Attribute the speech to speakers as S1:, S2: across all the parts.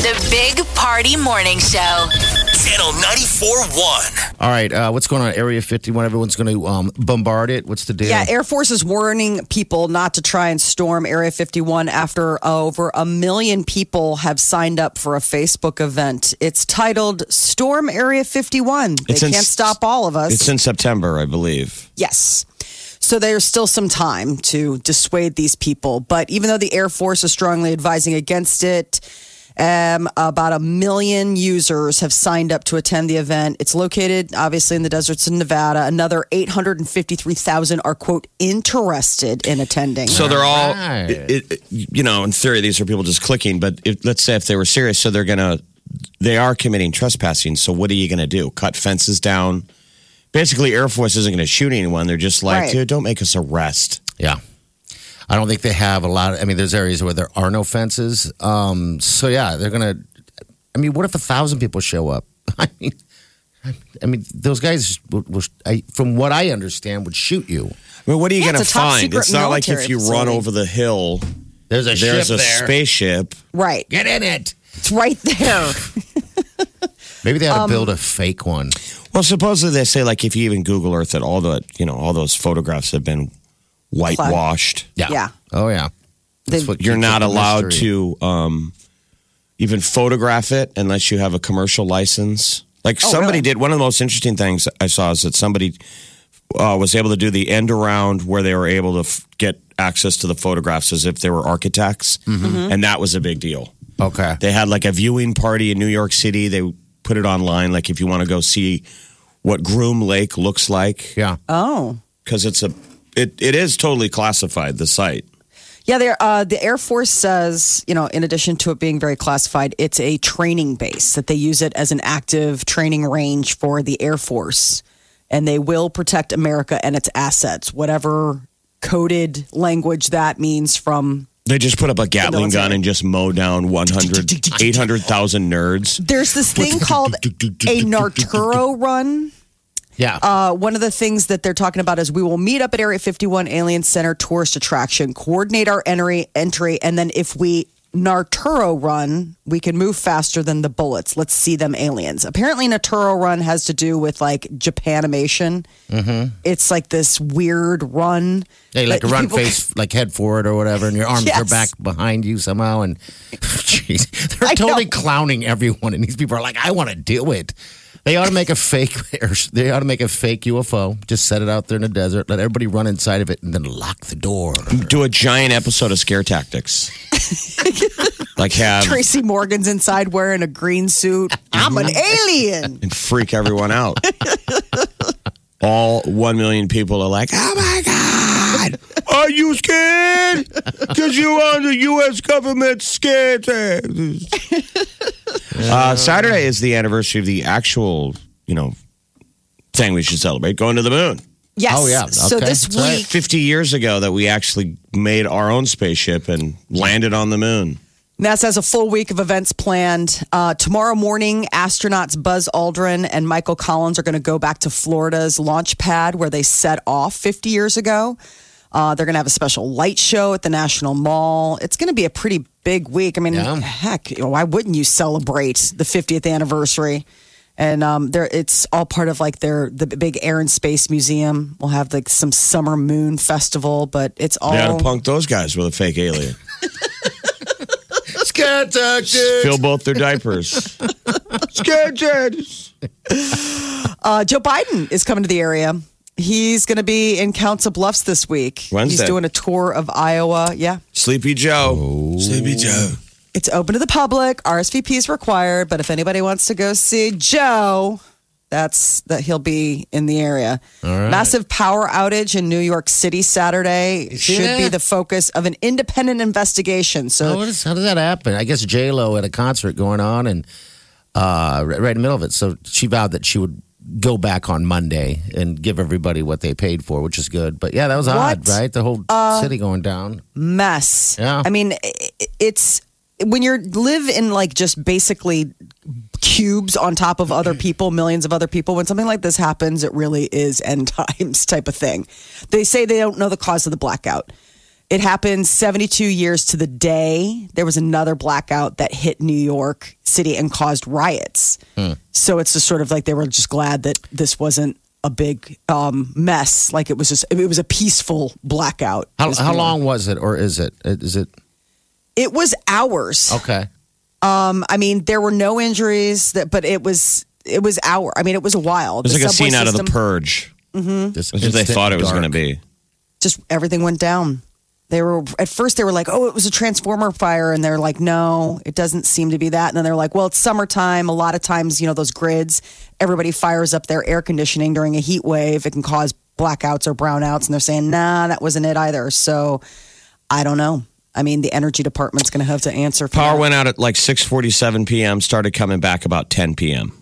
S1: The Big Party Morning Show.
S2: Channel 94.1.
S3: All right, uh, what's going on? Area 51, everyone's going to um, bombard it. What's the deal?
S4: Yeah, Air Force is warning people not to try and storm Area 51 after over a million people have signed up for a Facebook event. It's titled Storm Area 51. They
S5: It's in
S4: can't
S5: s-
S4: stop all of us.
S5: It's in September, I believe.
S4: Yes. So there's still some time to dissuade these people. But even though the Air Force is strongly advising against it, um, about a million users have signed up to attend the event. It's located, obviously, in the deserts of Nevada. Another 853,000 are, quote, interested in attending.
S5: So they're all,
S3: Right.
S5: it, it, you know, in theory, these are people just clicking. But if, let's say if they were serious, so they're gonna, they are committing trespassing. So what are you gonna do? Cut fences down? Basically, Air Force isn't gonna shoot anyone. They're just like,
S4: Right.
S5: dude, don't make us arrest.
S3: Yeah. I don't think they have a lot. Of, I mean, there's areas where there are no fences. Um, so yeah, they're gonna. I mean, what if a thousand people show up? I mean, I, I mean, those guys, will, will, I, from what I understand, would shoot you.
S5: I mean, what are you
S4: Yeah,
S5: gonna
S4: it's a top
S5: find?
S4: secret
S5: It's not like if
S4: military
S5: you run
S4: facility.
S5: over the hill,
S3: There's a
S5: there's
S3: ship
S5: a
S3: there.
S5: spaceship.
S4: right.
S3: Get in it.
S4: It's right there.
S3: Maybe they had to build a fake one.
S5: Well, supposedly they say like if you even Google Earth, that all the you know all those photographs have been whitewashed.
S3: Yeah.
S4: yeah.
S3: Oh yeah. That's
S4: They-
S3: what
S5: you're
S3: keeps
S5: not
S3: it a
S5: allowed
S3: mystery.
S5: to um, even photograph it unless you have a commercial license. Like
S3: Oh,
S5: somebody did one of the most interesting things I saw is that somebody uh, was able to do the end around where they were able to f- get access to the photographs as if they were architects,
S3: Mm-hmm.
S5: and that was a big deal.
S3: Okay.
S5: They had like a viewing party in New York City. They put it online, like if you want to go see what Groom Lake looks like,
S3: yeah.
S4: Oh.
S5: because it's a it, it is totally classified the site.
S4: Yeah, there. Uh, the Air Force says, you know, in addition to it being very classified, it's a training base that they use it as an active training range for the Air Force, and they will protect America and its assets, whatever coded language that means. From
S5: They just put up a Gatling gun and just mow down 100, 800,000 nerds.
S4: there's this thing called a Narturo run.
S3: Yeah.
S4: Uh, one of the things that they're talking about is we will meet up at Area 51 Alien Center tourist attraction, coordinate our entry, entry, and then if we Narturo run, we can move faster than the bullets. Let's see them aliens. Apparently, Narturo run has to do with like Japanimation. It's like this weird run.
S3: Mm-hmm. Yeah, you like
S4: that
S3: to run
S4: people-
S3: face like head forward or whatever, and your arms are
S4: Yes.
S3: back behind you somehow. And jeez, they're
S4: I know.
S3: totally clowning everyone, and these people are like, "I want to do it." They ought to make a fake. They ought to make a fake UFO. Just set it out there in the desert. Let everybody run inside of it, and then lock the door.
S5: Do a giant episode of Scare Tactics. like have
S4: Tracy Morgan's inside wearing a green suit. I'm an
S3: Mm-hmm.
S4: alien.
S5: and freak everyone out. All 1 million people are like, oh my God, are you scared? Because you are the U.S. government scared. uh, Saturday is the anniversary of the actual, you know, thing we should celebrate going to the moon.
S4: Yes.
S3: Oh, yeah.
S4: So
S3: Okay.
S4: this
S3: That's right.
S4: week,
S5: 50 years ago that we actually made our own spaceship and landed on the moon.
S4: NASA has a full week of events planned. Uh, tomorrow morning, astronauts Buzz Aldrin and Michael Collins are going to go back to Florida's launch pad where they set off 50 years ago. Uh, they're going to have a special light show at the National Mall. It's going to be a pretty big week. I mean,
S3: Yeah.
S4: heck, you know, why wouldn't you celebrate the 50th anniversary? And um, there, it's all part of like their the big Air and Space Museum. We'll have like some summer moon festival, but it's all
S5: They ought to punk those guys with a fake alien.
S3: Scare tactics.
S5: Fill both their diapers. Scared judges.
S4: Uh, Joe Biden is coming to the area. He's going to be in Council Bluffs this week.
S5: Wednesday.
S4: He's doing a tour of Iowa. Yeah.
S5: Sleepy Joe. Sleepy Joe.
S4: It's open to the public. RSVP is required, but if anybody wants to go see Joe, That's that he'll be in the area. Massive power outage in New York City Saturday
S3: see
S4: should be
S3: that?
S4: the focus of an independent investigation. So
S3: How, what is, how does that happen? I guess J Lo had a concert going on, and uh, right, right in the middle of it, so she vowed that she would go back on Monday and give everybody what they paid for, which is good. But yeah, that was odd,
S4: What? Uh,
S3: right? The whole city going down.
S4: mess.
S3: Yeah.
S4: I mean, i- i- it's when you live in like just basically cubes on top of other people, millions of other people, when something like this happens, it really is end times type of thing. They say they don't know the cause of the blackout. It happened 72 years to the day. There was another blackout that hit New York City and caused riots.
S3: Hmm.
S4: So it's just sort of like they were just glad that this wasn't a big um, mess. Like it was just, it was a peaceful blackout.
S3: How,
S4: Is
S3: how
S4: pretty-
S3: long was it, or is it? Is it
S4: it was hours.
S3: okay?
S4: Um, I mean, there were no injuries, that, but it was it was hour. I mean, it was a while.
S5: It's
S4: The
S5: like a
S4: subway
S5: scene out of the
S4: system-
S5: purge.
S4: Hmm?
S3: This
S5: That's what they
S3: instant
S5: thought it was
S3: dark.
S5: going to be.
S4: Just everything went down. They were at first they were like, oh, it was a transformer fire, and they're like, no, it doesn't seem to be that. And then they're like, well, it's summertime. A lot of times, you know, those grids, everybody fires up their air conditioning during a heat wave. It can cause blackouts or brownouts, and they're saying, nah, that wasn't it either. So, I don't know. I mean, the energy department's going to have to answer. For
S5: Power
S4: that.
S5: went out at like 6:47 p.m. Started coming back about 10 p.m.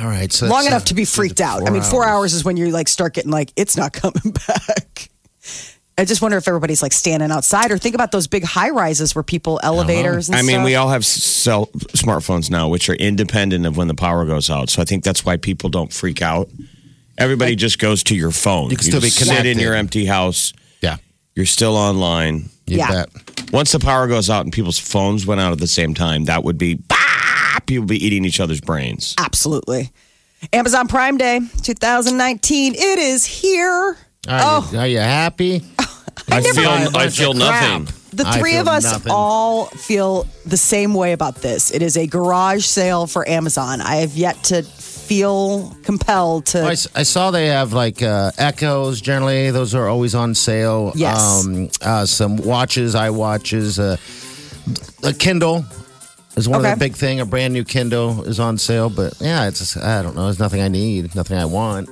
S3: All right, so
S4: long
S3: that's,
S4: enough
S3: uh,
S4: to be freaked out. I mean, four hours is when you like start getting like it's not coming back. I just wonder if everybody's like standing outside, or think about those big high rises where people elevators. And
S5: I mean,
S4: stuff.
S5: we all have s- cell smartphones now, which are independent of when the power goes out. So I think that's why people don't freak out. Everybody just goes to your phone.
S3: You can still be
S5: just sit in
S3: connected.
S5: your empty house.
S3: Yeah,
S5: You're still online.
S3: you
S4: Yeah.
S3: bet.
S5: Once the power goes out and people's phones went out at the same time, that would be bah! people would be eating each other's brains.
S4: absolutely. Amazon Prime Day 2019, it is here.
S3: Are,
S4: Oh.
S3: you, are you happy?
S5: I
S3: never-
S5: feel
S3: Buy a
S5: I
S3: bunch
S5: feel
S3: of
S5: nothing.
S3: crap.
S4: The
S3: I
S4: three
S3: feel
S4: of us
S3: nothing.
S4: all feel the same way about this. It is a garage sale for Amazon. I have yet to feel compelled to.
S3: I, s- I saw they have like uh, Echoes. Generally, those are always on sale.
S4: Yes.
S3: Um, uh, some watches, eye watches, uh, a Kindle is one of
S4: Okay.
S3: the big thing. A brand new Kindle is on sale, but yeah, it's just, I don't know. There's nothing I need, nothing I want.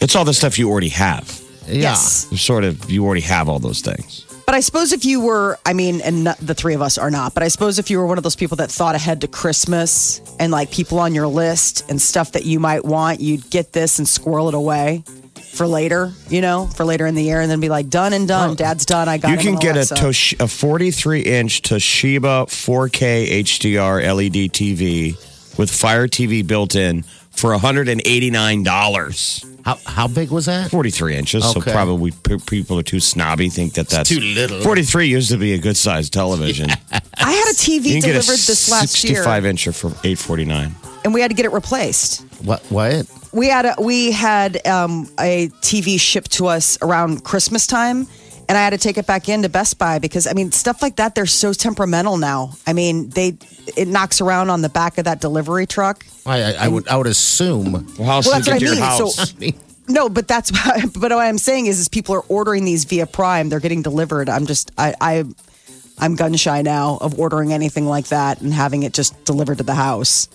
S5: It's all the stuff you already have.
S3: Yeah.
S4: Yes.
S5: You're sort of you already have all those things.
S4: But I suppose if you were, I mean, and not, the three of us are not, but I suppose if you were one of those people that thought ahead to Christmas and like people on your list and stuff that you might want, you'd get this and squirrel it away for later, you know, for later in the year and then be like, done and done. Dad's done. I got
S5: You
S4: him
S5: can
S4: an
S5: get a,
S4: Alexa.
S5: Tosh- a 43 inch Toshiba 4K HDR LED TV with Fire TV built in for $189.
S3: How how big was that?
S5: 43 inches, so
S3: Okay.
S5: probably p- people are too snobby, think that that's
S3: too little.
S5: 43 used to be a good sized television.
S4: I had a TV
S5: You can get a
S4: delivered this last year
S5: 65 incher for 849
S4: and we had to get it replaced.
S3: What what?
S4: we had a, we had um, a TV shipped to us around Christmas time, and I had to take it back into Best Buy because I mean stuff like that they're so temperamental now. I mean they it knocks around on the back of that delivery truck.
S3: I, I, I would I would assume.
S5: Well, how
S4: Well,
S5: soon
S4: that's what I
S5: get to your
S4: mean.
S5: house?
S4: So- No, but that's but what I'm saying is is people are ordering these via Prime. They're getting delivered. I'm just I I I'm gun shy now of ordering anything like that and having it just delivered to the house.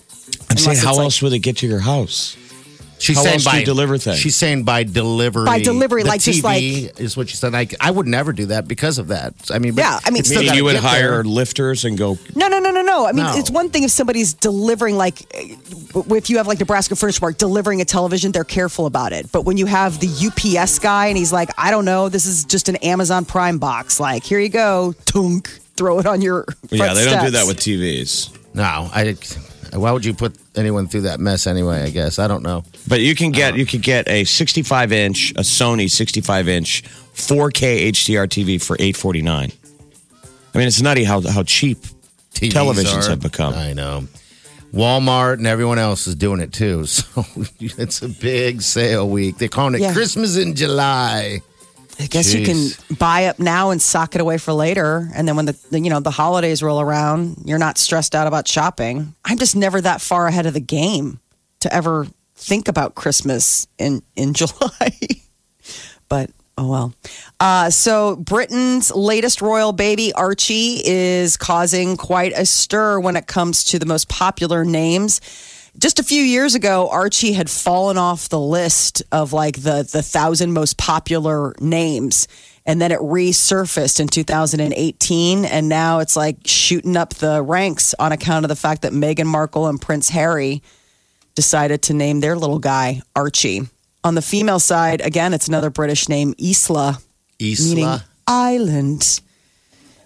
S5: I'm saying,
S4: Unless
S5: how
S4: it's like-
S5: else would it get to your house?
S3: She's
S5: How
S3: saying
S5: else do
S3: by
S5: you deliver things?
S3: She's saying by delivery.
S4: By delivery,
S3: the
S4: like, just
S3: TV is what she said. Like I would never do that because of that. I mean, but
S4: Yeah, I mean-
S3: it's still
S5: Meaning
S3: gotta
S5: you would
S3: get there.
S5: hire lifters and go
S4: No, no, no, no, no. I mean,
S3: No.
S4: it's one thing if somebody's delivering, like, uh, if you have like Nebraska Furniture Mart delivering a television, they're careful about it. But when you have the UPS guy and he's like, I don't know, this is just an Amazon Prime box. Like, here you go, tunk, throw it on your.
S5: Yeah,
S4: front
S5: they don't do that
S4: steps.
S5: with TVs.
S3: No, I. Why would you put anyone through that mess anyway? I guess I don't know.
S5: But you can get you could get a 65 inch, a Sony 65 inch 4K HDR TV for 849. I mean, it's nutty how how cheap.
S3: TVs
S5: Televisions
S3: are-
S5: have become.
S3: I know. Walmart and everyone else is doing it too. So it's a big sale week. They're calling it
S4: Yeah.
S3: Christmas in July.
S4: I guess you
S3: Jeez.
S4: can buy up now and sock it away for later. And then when the, you know, the holidays roll around, you're not stressed out about shopping. I'm just never that far ahead of the game to ever think about Christmas in, in July. but oh well. Uh, so Britain's latest royal baby Archie is causing quite a stir when it comes to the most popular names. just a few years ago, Archie had fallen off the list of like the the thousand most popular names, and then it resurfaced in 2018, and now it's like shooting up the ranks on account of the fact that Meghan Markle and Prince Harry decided to name their little guy Archie. On the female side, again, it's another British name, Isla, meaning
S3: Isla.
S4: island.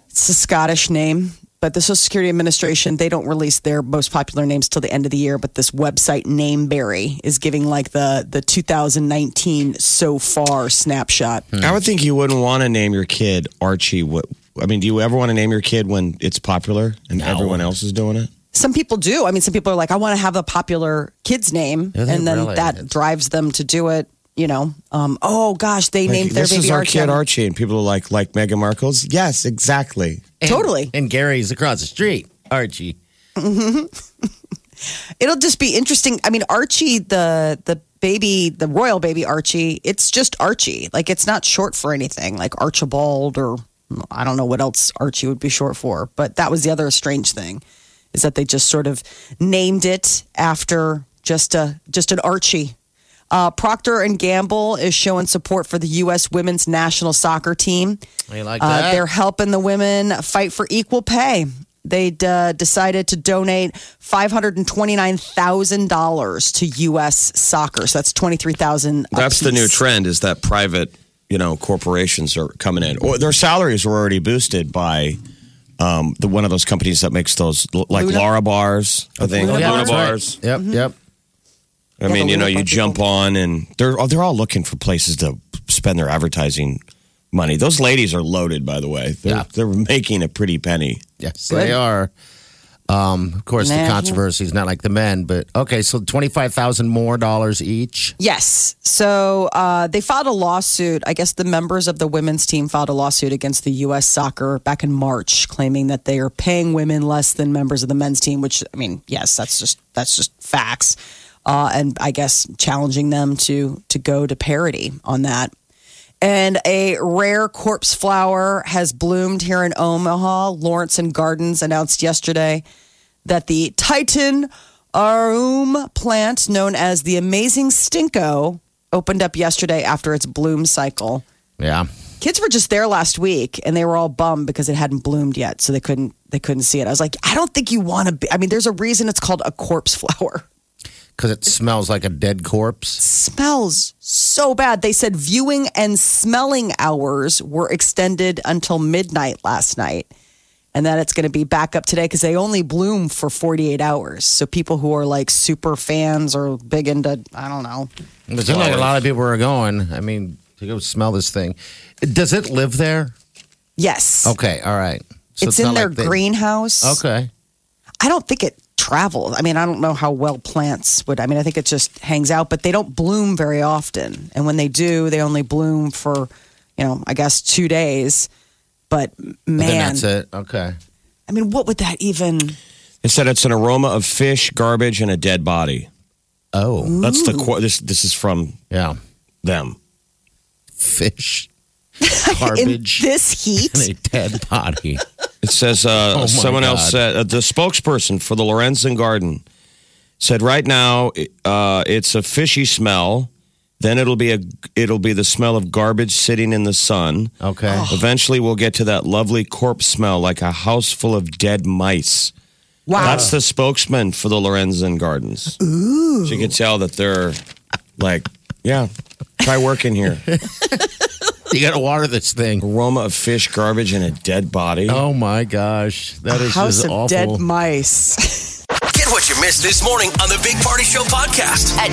S4: It's a Scottish name, but the Social Security Administration they don't release their most popular names till the end of the year. But this website Nameberry is giving like the the 2019 so far snapshot.
S5: I would think you wouldn't want to name your kid Archie. What I mean, do you ever want to name your kid when it's popular and everyone else is doing it?
S4: Some people do. I mean, some people are like, I want to have a popular kid's name,
S3: Yeah, they
S4: and then
S3: really-
S4: that
S3: it's-
S4: drives them to do it. You know, um, oh gosh, they named
S5: Like,
S4: their
S5: this
S4: baby
S5: is our
S4: Archie.
S5: kid Archie, and people are like, like Meghan Markle's. Yes, exactly.
S4: Totally.
S3: And Gary's across the street. Archie.
S4: It'll just be interesting. I mean, Archie, the the baby, the royal baby Archie, it's just Archie. Like it's not short for anything, like Archibald or I don't know what else Archie would be short for. But that was the other strange thing, is that they just sort of named it after just a just an Archie. Uh, Procter and Gamble is showing support for the U.S. women's national soccer team.
S3: You like
S4: Uh,
S3: that?
S4: they're helping the women fight for equal pay. They uh, decided to donate five hundred and twenty nine thousand dollars to U.S. soccer. So that's twenty three thousand.
S5: That's the new trend is that private, you know, corporations are coming in. Or their salaries were already boosted by um, the one of those companies that makes those l- like
S4: Luna?
S5: Lara bars. I think
S3: Yeah,
S5: Luna
S3: that's right.
S5: bars.
S3: Yep,
S4: Mm-hmm.
S3: yep.
S5: I mean,
S4: the
S5: you know,
S4: Luna
S5: you
S4: bar
S5: jump on and they're oh, they're all looking for places to spend their advertising money. Those ladies are loaded, by the way. They're,
S3: Yeah.
S5: they're making a pretty penny.
S3: Yes,
S4: Good.
S3: they are. Um, of course,
S4: Nah.
S3: the controversy is not like the men, but okay, so twenty-five thousand more dollars each.
S4: Yes. So uh, they filed a lawsuit. I guess the members of the women's team filed a lawsuit against the U.S. soccer back in March, claiming that they are paying women less than members of the men's team. Which, I mean, yes, that's just that's just facts. Uh, and I guess challenging them to to go to parity on that. And a rare corpse flower has bloomed here in Omaha. Lawrence and Gardens announced yesterday that the Titan Arum plant, known as the Amazing Stinko, opened up yesterday after its bloom cycle.
S3: Yeah,
S4: Kids were just there last week, and they were all bummed because it hadn't bloomed yet, so they couldn't they couldn't see it. I was like, I don't think you want to. be I mean, there's a reason it's called a corpse flower.
S3: because it smells like a dead corpse.
S4: smells so bad. They said viewing and smelling hours were extended until midnight last night. And that it's going to be back up today because they only bloom for 48 hours. So people who are like super fans or big into, I don't know.
S3: It seemed like a lot of people are going. I mean, to go smell this thing. Does it live there?
S4: Yes.
S3: Okay, all right. So
S4: it's, in
S3: not
S4: their
S3: like they-
S4: greenhouse.
S3: Okay,
S4: I don't think it travels. I mean, I don't know how well plants would. I mean, I think it just hangs out, but they don't bloom very often. And when they do, they only bloom for, you know, I guess two days. But man,
S3: But then that's it. Okay,
S4: I mean, what would that even?
S5: It said it's an aroma of fish, garbage, and a dead body.
S3: oh
S5: That's the qu- this this is from
S3: yeah,
S5: them.
S3: fish,
S4: In
S3: garbage,
S4: this
S3: and a
S4: heat,
S3: dead body.
S5: It says uh,
S3: Oh, my
S5: someone else
S3: God.
S5: said uh, the spokesperson for the Lorenzen Garden said right now uh, it's a fishy smell. Then it'll be a it'll be the smell of garbage sitting in the sun.
S3: Okay,
S4: Oh.
S5: Eventually, we'll get to that lovely corpse smell, like a house full of dead mice.
S4: wow,
S5: That's the spokesman for the Lorenzen Gardens. Ooh. So you can tell that they're like, yeah, try working here.
S3: you got to water this thing.
S5: Aroma of fish, garbage, and a dead body.
S3: Oh my gosh, that is
S4: house
S3: just
S4: of
S3: awful.
S4: dead mice.
S2: Get what you missed this morning on the Big Party Show podcast.
S1: At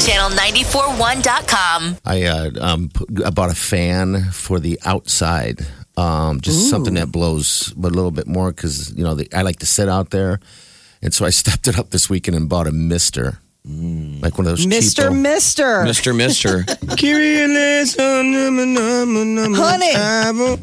S1: channel941.com.
S3: I uh, um, p- I bought a fan for the outside, um, just something that blows but a little bit more because you know the, I like to sit out there, and so I stepped it up this weekend and bought a mister, like one of those
S4: Mister,
S3: cheapo-
S4: Mister,
S5: Mr. Mister. Curious, um, um, um, um, um,
S4: Honey.
S5: um,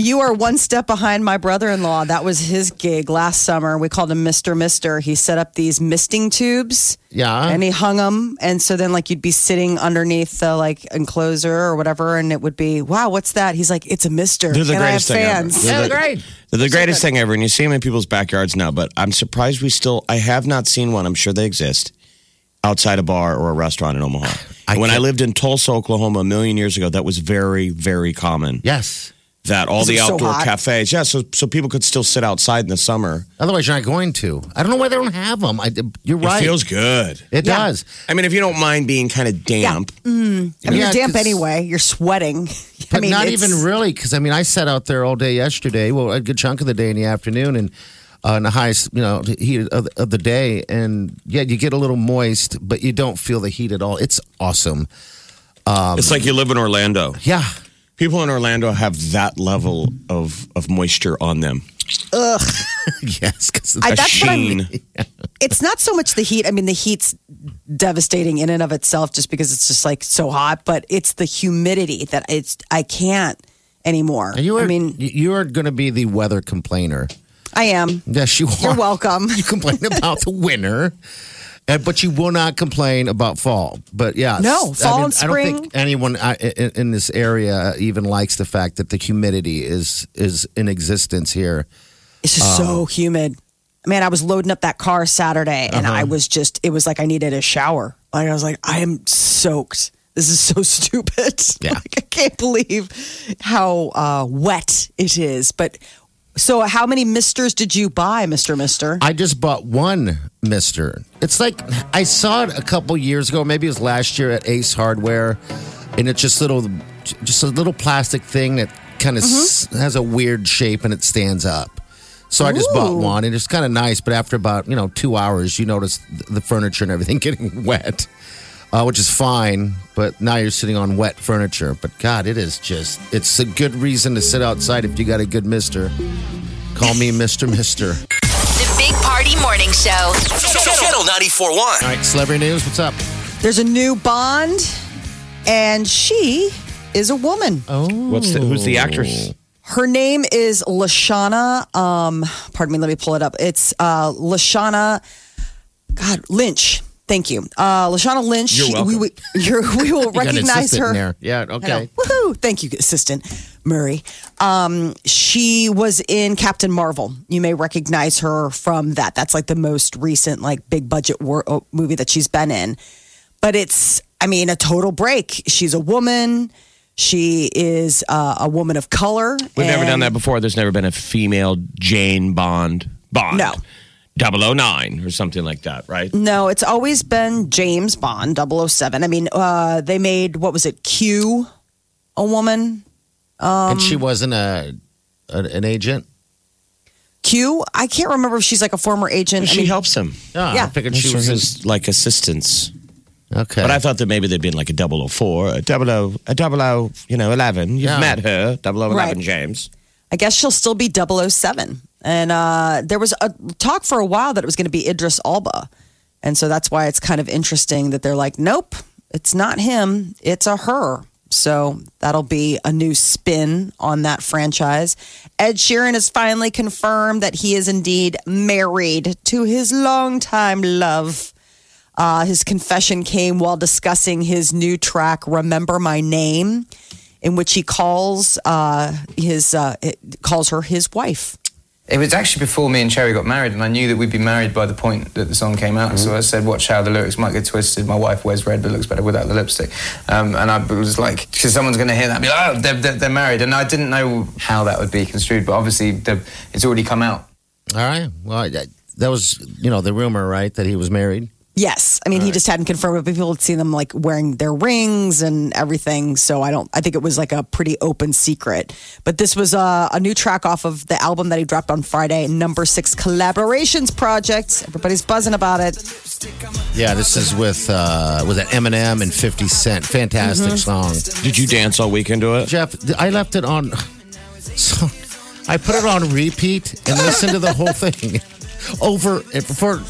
S4: You are one step behind my brother in law. That was his gig last summer. We called him Mr. Mister. He set up these misting tubes.
S3: Yeah.
S4: And he hung them. And so then, like, you'd be sitting underneath the, like, enclosure or whatever. And it would be, wow, what's that? He's like, it's a mister.
S5: They're the
S4: and I have
S5: greatest thing ever.
S4: fans.
S5: They're the, they're the greatest thing ever. And you see them in people's backyards now, but I'm surprised we still, I have not seen one. I'm sure they exist. outside a bar or a restaurant in Omaha.
S3: I
S5: when I
S3: can't-
S5: lived in Tulsa, Oklahoma, a million years ago, that was very, very common.
S3: Yes.
S5: That all
S4: 'Cause
S5: the
S4: it's so
S5: outdoor
S4: hot.
S5: cafes, yeah, so so people could still sit outside in the summer.
S3: Otherwise, you're not going to. I don't know why they don't have them. I, you're right.
S5: It feels good.
S3: It
S4: Yeah.
S3: does.
S5: I mean, if you don't mind being kind of damp,
S4: I mean,
S3: Yeah,
S4: you're damp
S3: 'cause-
S4: anyway. You're sweating.
S3: But
S4: I mean,
S3: not
S4: it's-
S3: even really, because I mean, I sat out there all day yesterday. Well, a good chunk of the day in the afternoon, and uh, in the highest, you know, heat of, of the day. And yeah, you get a little moist, but you don't feel the heat at all. It's awesome.
S5: it's like you live in Orlando.
S3: Yeah,
S5: People in Orlando have that level of of moisture on them.
S3: yes, because
S4: I-
S5: A
S4: That's what I'm-
S5: sheen.
S4: it's not so much the heat. I mean, the heat's devastating in and of itself just because it's just like so hot, but it's the humidity that it's I can't anymore.
S3: you are.
S4: I mean,
S3: you are going to be the weather complainer.
S4: I am.
S3: Yes, you are.
S4: You're welcome.
S3: You complain about the winter, and, but you will not complain about fall. But yeah,
S4: No,
S3: s-
S4: fall
S3: I
S4: and
S3: don't
S4: spring.
S3: think anyone I, in, in this area even likes the fact that the humidity is is in existence here.
S4: It's just
S3: Oh.
S4: so humid. Man, I was loading up that car Saturday and
S3: Uh-huh.
S4: I was just, it was like I needed a shower. Like I was like, I am soaked. This is so stupid.
S3: Yeah.
S4: Like, I can't believe how uh, wet it is. But so, how many misters did you buy, Mr. Mister?
S3: I just bought one Mister. It's like I saw it a couple years ago, maybe it was last year at Ace Hardware, and it's just little, just a little plastic thing that kind
S4: Mm-hmm.
S3: of s- has a weird shape and it stands up. So I just bought
S4: Ooh.
S3: one, and it's kind of nice. But after about you know two hours, you notice th- the furniture and everything getting wet, uh, which is fine. But now you're sitting on wet furniture. But God, it is just—it's a good reason to sit outside if you got a good Mister. Call me Mister Mister.
S1: The Big Party Morning Show.
S2: Channel 94.1.
S3: All right, celebrity news. What's up?
S4: There's a new Bond and she is a woman.
S5: Oh. What's the, who's the actress?
S4: Her name is Lashana. Um, pardon me, let me pull it up. It's uh, Lashana. God, Lynch. Thank you, uh, Lashana Lynch.
S5: You're welcome.
S4: We, we, you're- we will
S3: You got an
S4: recognize
S3: assistant
S4: her.
S3: in there. Yeah.
S4: I know.
S3: Okay.
S4: Woohoo! Thank you, Assistant Murray. Um, she was in Captain Marvel. You may recognize her from that. That's like the most recent, like big budget war- oh, movie that she's been in. But it's, I mean, a total break. She's a woman. She is uh, a woman of color.
S5: We've never done
S4: and-
S5: that before. There's never been a female Jane Bond. Bond.
S4: No. Mm,
S5: 009 or something like that, right?
S4: No, it's always been James Bond 007. I mean, uh, they made, what was it, Q, a woman? Um,
S3: and she wasn't a, an, an agent.
S4: Q? I can't remember if she's like a former agent. I
S5: She
S4: mean,
S5: helps him.
S3: Yeah. I
S4: Yeah.
S3: figured
S5: She
S3: she was. in-
S5: his like assistants.
S3: okay.
S5: But I thought that maybe there'd been like a 004, a 00, a 00, you know, 11. You've
S3: Yeah.
S5: met her, 0011
S4: Right.
S5: James.
S4: I guess she'll still be 007. And uh, there was a talk for a while that it was going to be Idris Alba. And so that's why it's kind of interesting that they're like, nope, it's not him, it's a her. So that'll be a new spin on that franchise. Ed Sheeran has finally confirmed that he is indeed married to his longtime love. Uh, his confession came while discussing his new track, Remember My Name, in which he calls uh, his uh, calls her his wife.
S6: It was actually before me and Cherry got married, and I knew that we'd be married by the point that the song came out. So I said, "Watch how the lyrics might get twisted." My wife wears red, but looks better without the lipstick. Um, and I was like, "Because someone's going to hear that, and be like, oh, they're, they're, they're married." And I didn't know how that would be construed, but obviously the, it's already come out.
S3: All right. Well, I, that was you know the rumor, right, that he was married.
S4: Yes, I mean he just hadn't confirmed it, but people had seen them like wearing their rings and everything. So I don't. I think it was like a pretty open secret. But this was uh, a new track off of the album that he dropped on Friday, Number Six Collaborations Project. Everybody's buzzing about it.
S3: Yeah. This is with uh, was that Eminem and Fifty Cent. Fantastic
S4: Mm-hmm.
S3: song.
S5: Did you dance all weekend to it?
S3: Jeff, th- I left it on. So I put it on repeat and listened to the whole thing over for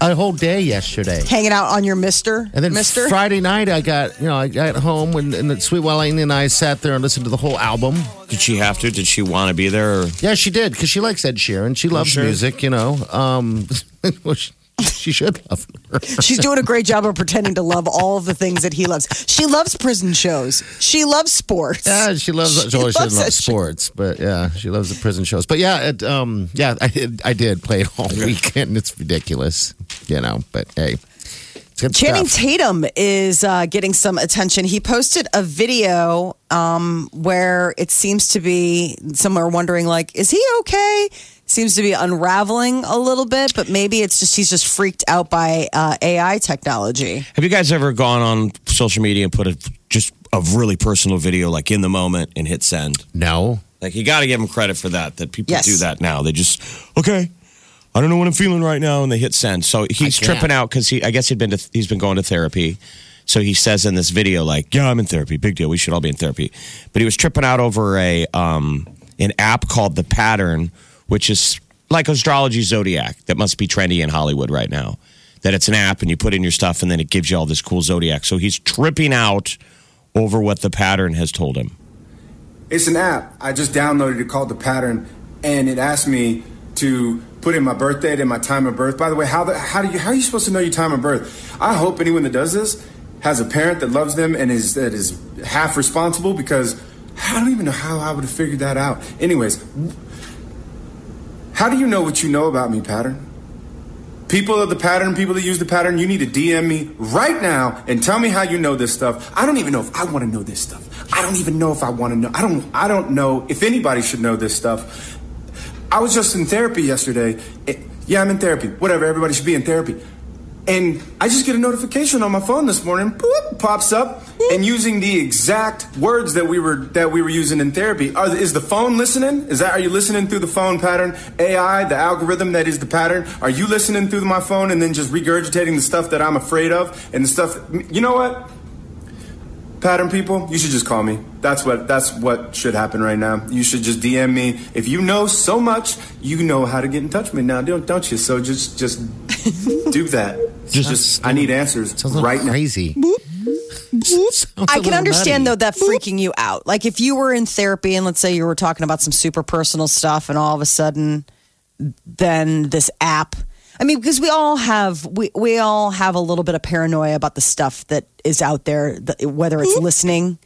S3: a whole day yesterday.
S4: Hanging out on your Mister,
S3: And then
S4: Mister.
S3: Friday night, I got you know I got home when and Sweet Wileen and I sat there and listened to the whole album.
S5: Did she have to? Did she want to be there? Or?
S3: Yeah, she did because she likes Ed Sheeran. She loves
S5: sure.
S3: music, you know. Um, well, she, she should love her.
S4: She's doing a great job of pretending to love all of the things that he loves. She loves prison shows. She loves sports.
S3: Yeah, she loves. She,
S4: She
S3: well, she doesn't
S4: loves
S3: love
S4: Ed Sheeran.
S3: sports, but yeah, she loves the prison shows. But yeah, it, um, yeah, I did, I did play it all weekend. It's ridiculous, you know. But hey, it's Good
S4: Channing
S3: stuff.
S4: Tatum is uh, getting some attention. He posted a video um, where it seems to be some are wondering, like, is he okay? Seems to be unraveling a little bit, but maybe it's just he's just freaked out by uh, AI technology.
S5: Have you guys ever gone on social media and put a just a really personal video, like in the moment, and hit send?
S3: no.
S5: Like you got to give them credit for that. That people
S4: Yes.
S5: do that now. They just okay. I don't know what I'm feeling right now, and they hit send. So he's
S3: can't.
S5: tripping out because he. I guess he'd been to, he's been going to therapy. So he says in this video, like, "Yeah, I'm in therapy. Big deal. We should all be in therapy." But he was tripping out over a um, an app called the Pattern, which is like astrology zodiac that must be trendy in Hollywood right now. That it's an app, and you put in your stuff, and then it gives you all this cool zodiac. So he's tripping out over what the Pattern has told him.
S7: It's an app. I just downloaded it called The Pattern, and it asked me to put in my birth date and my time of birth. By the way, how the, how do you how are you supposed to know your time of birth? I hope anyone that does this has a parent that loves them and is that is half responsible because I don't even know how I would have figured that out. Anyways, how do you know what you know about me, Pattern? People of the pattern, people that use the pattern, you need to DM me right now and tell me how you know this stuff. I don't even know if I want to know this stuff. I don't even know if I want to know. I don't I don't know if anybody should know this stuff. I was just in therapy yesterday. It- yeah, I'm in therapy. Whatever, everybody should be in therapy. And I just get a notification on my phone this morning, boop, pops up, and using the exact words that we were that we were using in therapy. Are, is the phone listening? Is that are you listening through the phone pattern? AI, the algorithm that is the pattern. Are you listening through my phone and then just regurgitating the stuff that I'm afraid of and the stuff? You know what? Pattern people, you should just call me. That's what that's what should happen right now. You should just DM me. If you know so much, you know how to get in touch with me now, don't don't you? So just just do that. Just, I need answers
S3: Sounds a little
S7: right now.
S3: crazy.
S4: I can understand
S3: though.
S4: though that freaking you out. Like if you were in therapy and let's say you were talking about some super personal stuff and all of a sudden then this app I mean because we all have we we all have a little bit of paranoia about the stuff that is out there the, whether it's
S5: Hmm?
S4: listening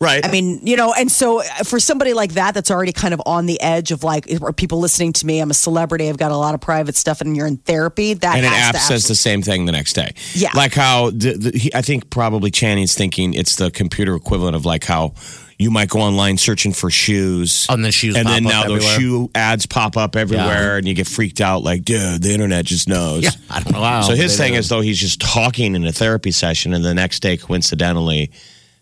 S5: Right.
S4: I mean, you know, and so uh, for somebody like that, that's already kind of on the edge of like, are people listening to me? I'm a celebrity. I've got a lot of private stuff, and you're in therapy. That
S5: and an
S4: has
S5: app
S4: to
S5: says the same thing the next day.
S4: Yeah.
S5: like how the, the, he, I think probably Channing's thinking it's the computer equivalent of like how you might go online searching for shoes,
S3: And then shoes
S5: and
S3: pop
S5: then
S3: up
S5: now those
S3: everywhere.
S5: shoe ads pop up everywhere, and you get freaked out like, dude, the internet just knows.
S3: Yeah, I don't know. how,
S5: So
S3: but
S5: his
S3: they
S5: thing
S3: do.
S5: is though he's just talking in a therapy session, and the next day, coincidentally,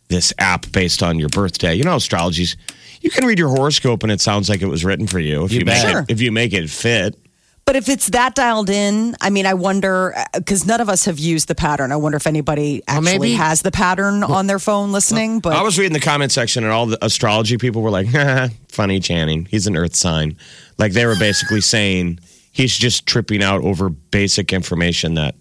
S5: this app based on your birthday. You know, astrology's you can read your horoscope, and it sounds like it was written for you if you,
S3: You
S5: make
S3: bet.
S4: Sure.
S5: it, if you make it fit.
S4: But if it's that dialed in, I mean, I wonder because none of us have used the pattern. I wonder if anybody actually
S3: maybe-
S4: has the pattern on their phone listening. But
S5: I was reading the comment section, and all the astrology people were like, "Funny Channing, he's an Earth sign." Like they were basically saying he's just tripping out over basic information that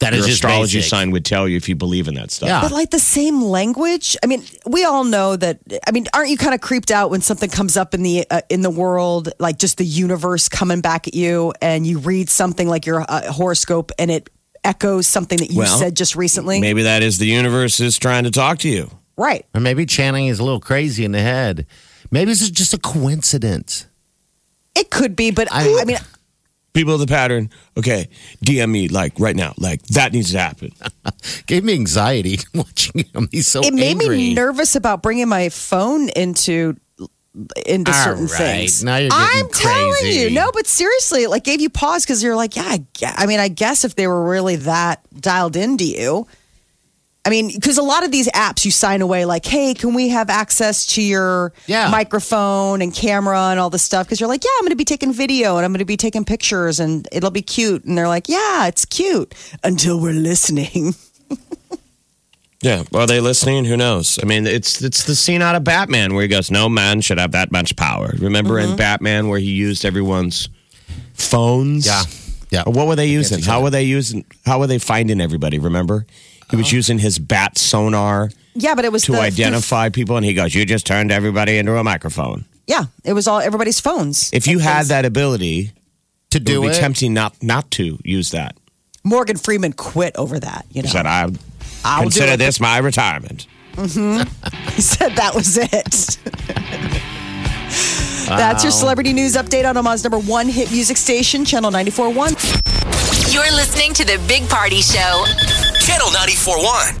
S3: that
S5: your
S3: is just
S5: astrology
S3: basic.
S5: sign would tell you if you believe in that stuff.
S3: Yeah.
S4: but like the same language. I mean, we all know that. I mean, aren't you kind of creeped out when something comes up in the uh, in the world, like just the universe coming back at you, and you read something like your uh, horoscope, and it echoes something that you
S5: Well,
S4: said just recently?
S5: Maybe that is the universe is trying to talk to you.
S4: Right.
S3: Or maybe Channing is a little crazy in the head. Maybe this is just a coincidence.
S4: It could be, but
S3: I-
S4: I, mean,
S5: People of the pattern, okay, DM me like right now, like that needs to happen.
S3: Gave me anxiety watching him. He's so
S4: it made
S3: angry.
S4: me nervous about bringing my phone into into
S3: All
S4: certain
S3: right.
S4: things.
S3: Now you're getting
S4: I'm telling
S3: crazy.
S4: you, no, but seriously, it like gave you pause because you're like, yeah, I, gue- I mean, I guess if they were really that dialed into you, I mean, because a lot of these apps you sign away like, hey, can we have access to your
S3: Yeah.
S4: microphone and camera and all this stuff? Because you're like, yeah, I'm going to be taking video and I'm going to be taking pictures and it'll be cute. And they're like, yeah, it's cute until we're listening.
S5: Yeah, are they listening? Who knows? I mean, it's it's the scene out of Batman where he goes, "No man should have that much power." Remember in Batman where he used everyone's phones?
S3: Yeah. Yeah.
S5: What were they using? How were they using? How were they finding everybody? Remember, he
S4: Uh-huh.
S5: was using his bat sonar
S4: yeah, but it was
S5: to
S4: the-
S5: identify people, and he goes, "You just turned everybody into a microphone."
S4: Yeah, it was all everybody's phones.
S5: If you had that ability,
S3: to
S5: it
S3: do
S5: would
S3: it.
S5: be tempting not not to use that.
S4: Morgan Freeman quit over that. You know,
S5: He said, "I
S4: I'll do
S5: consider
S4: it."
S5: this my retirement."
S4: He said that was it. That's your celebrity news update on Omaha's number one hit music station, Channel 94.1.
S1: You're listening to the Big Party Show Channel 941.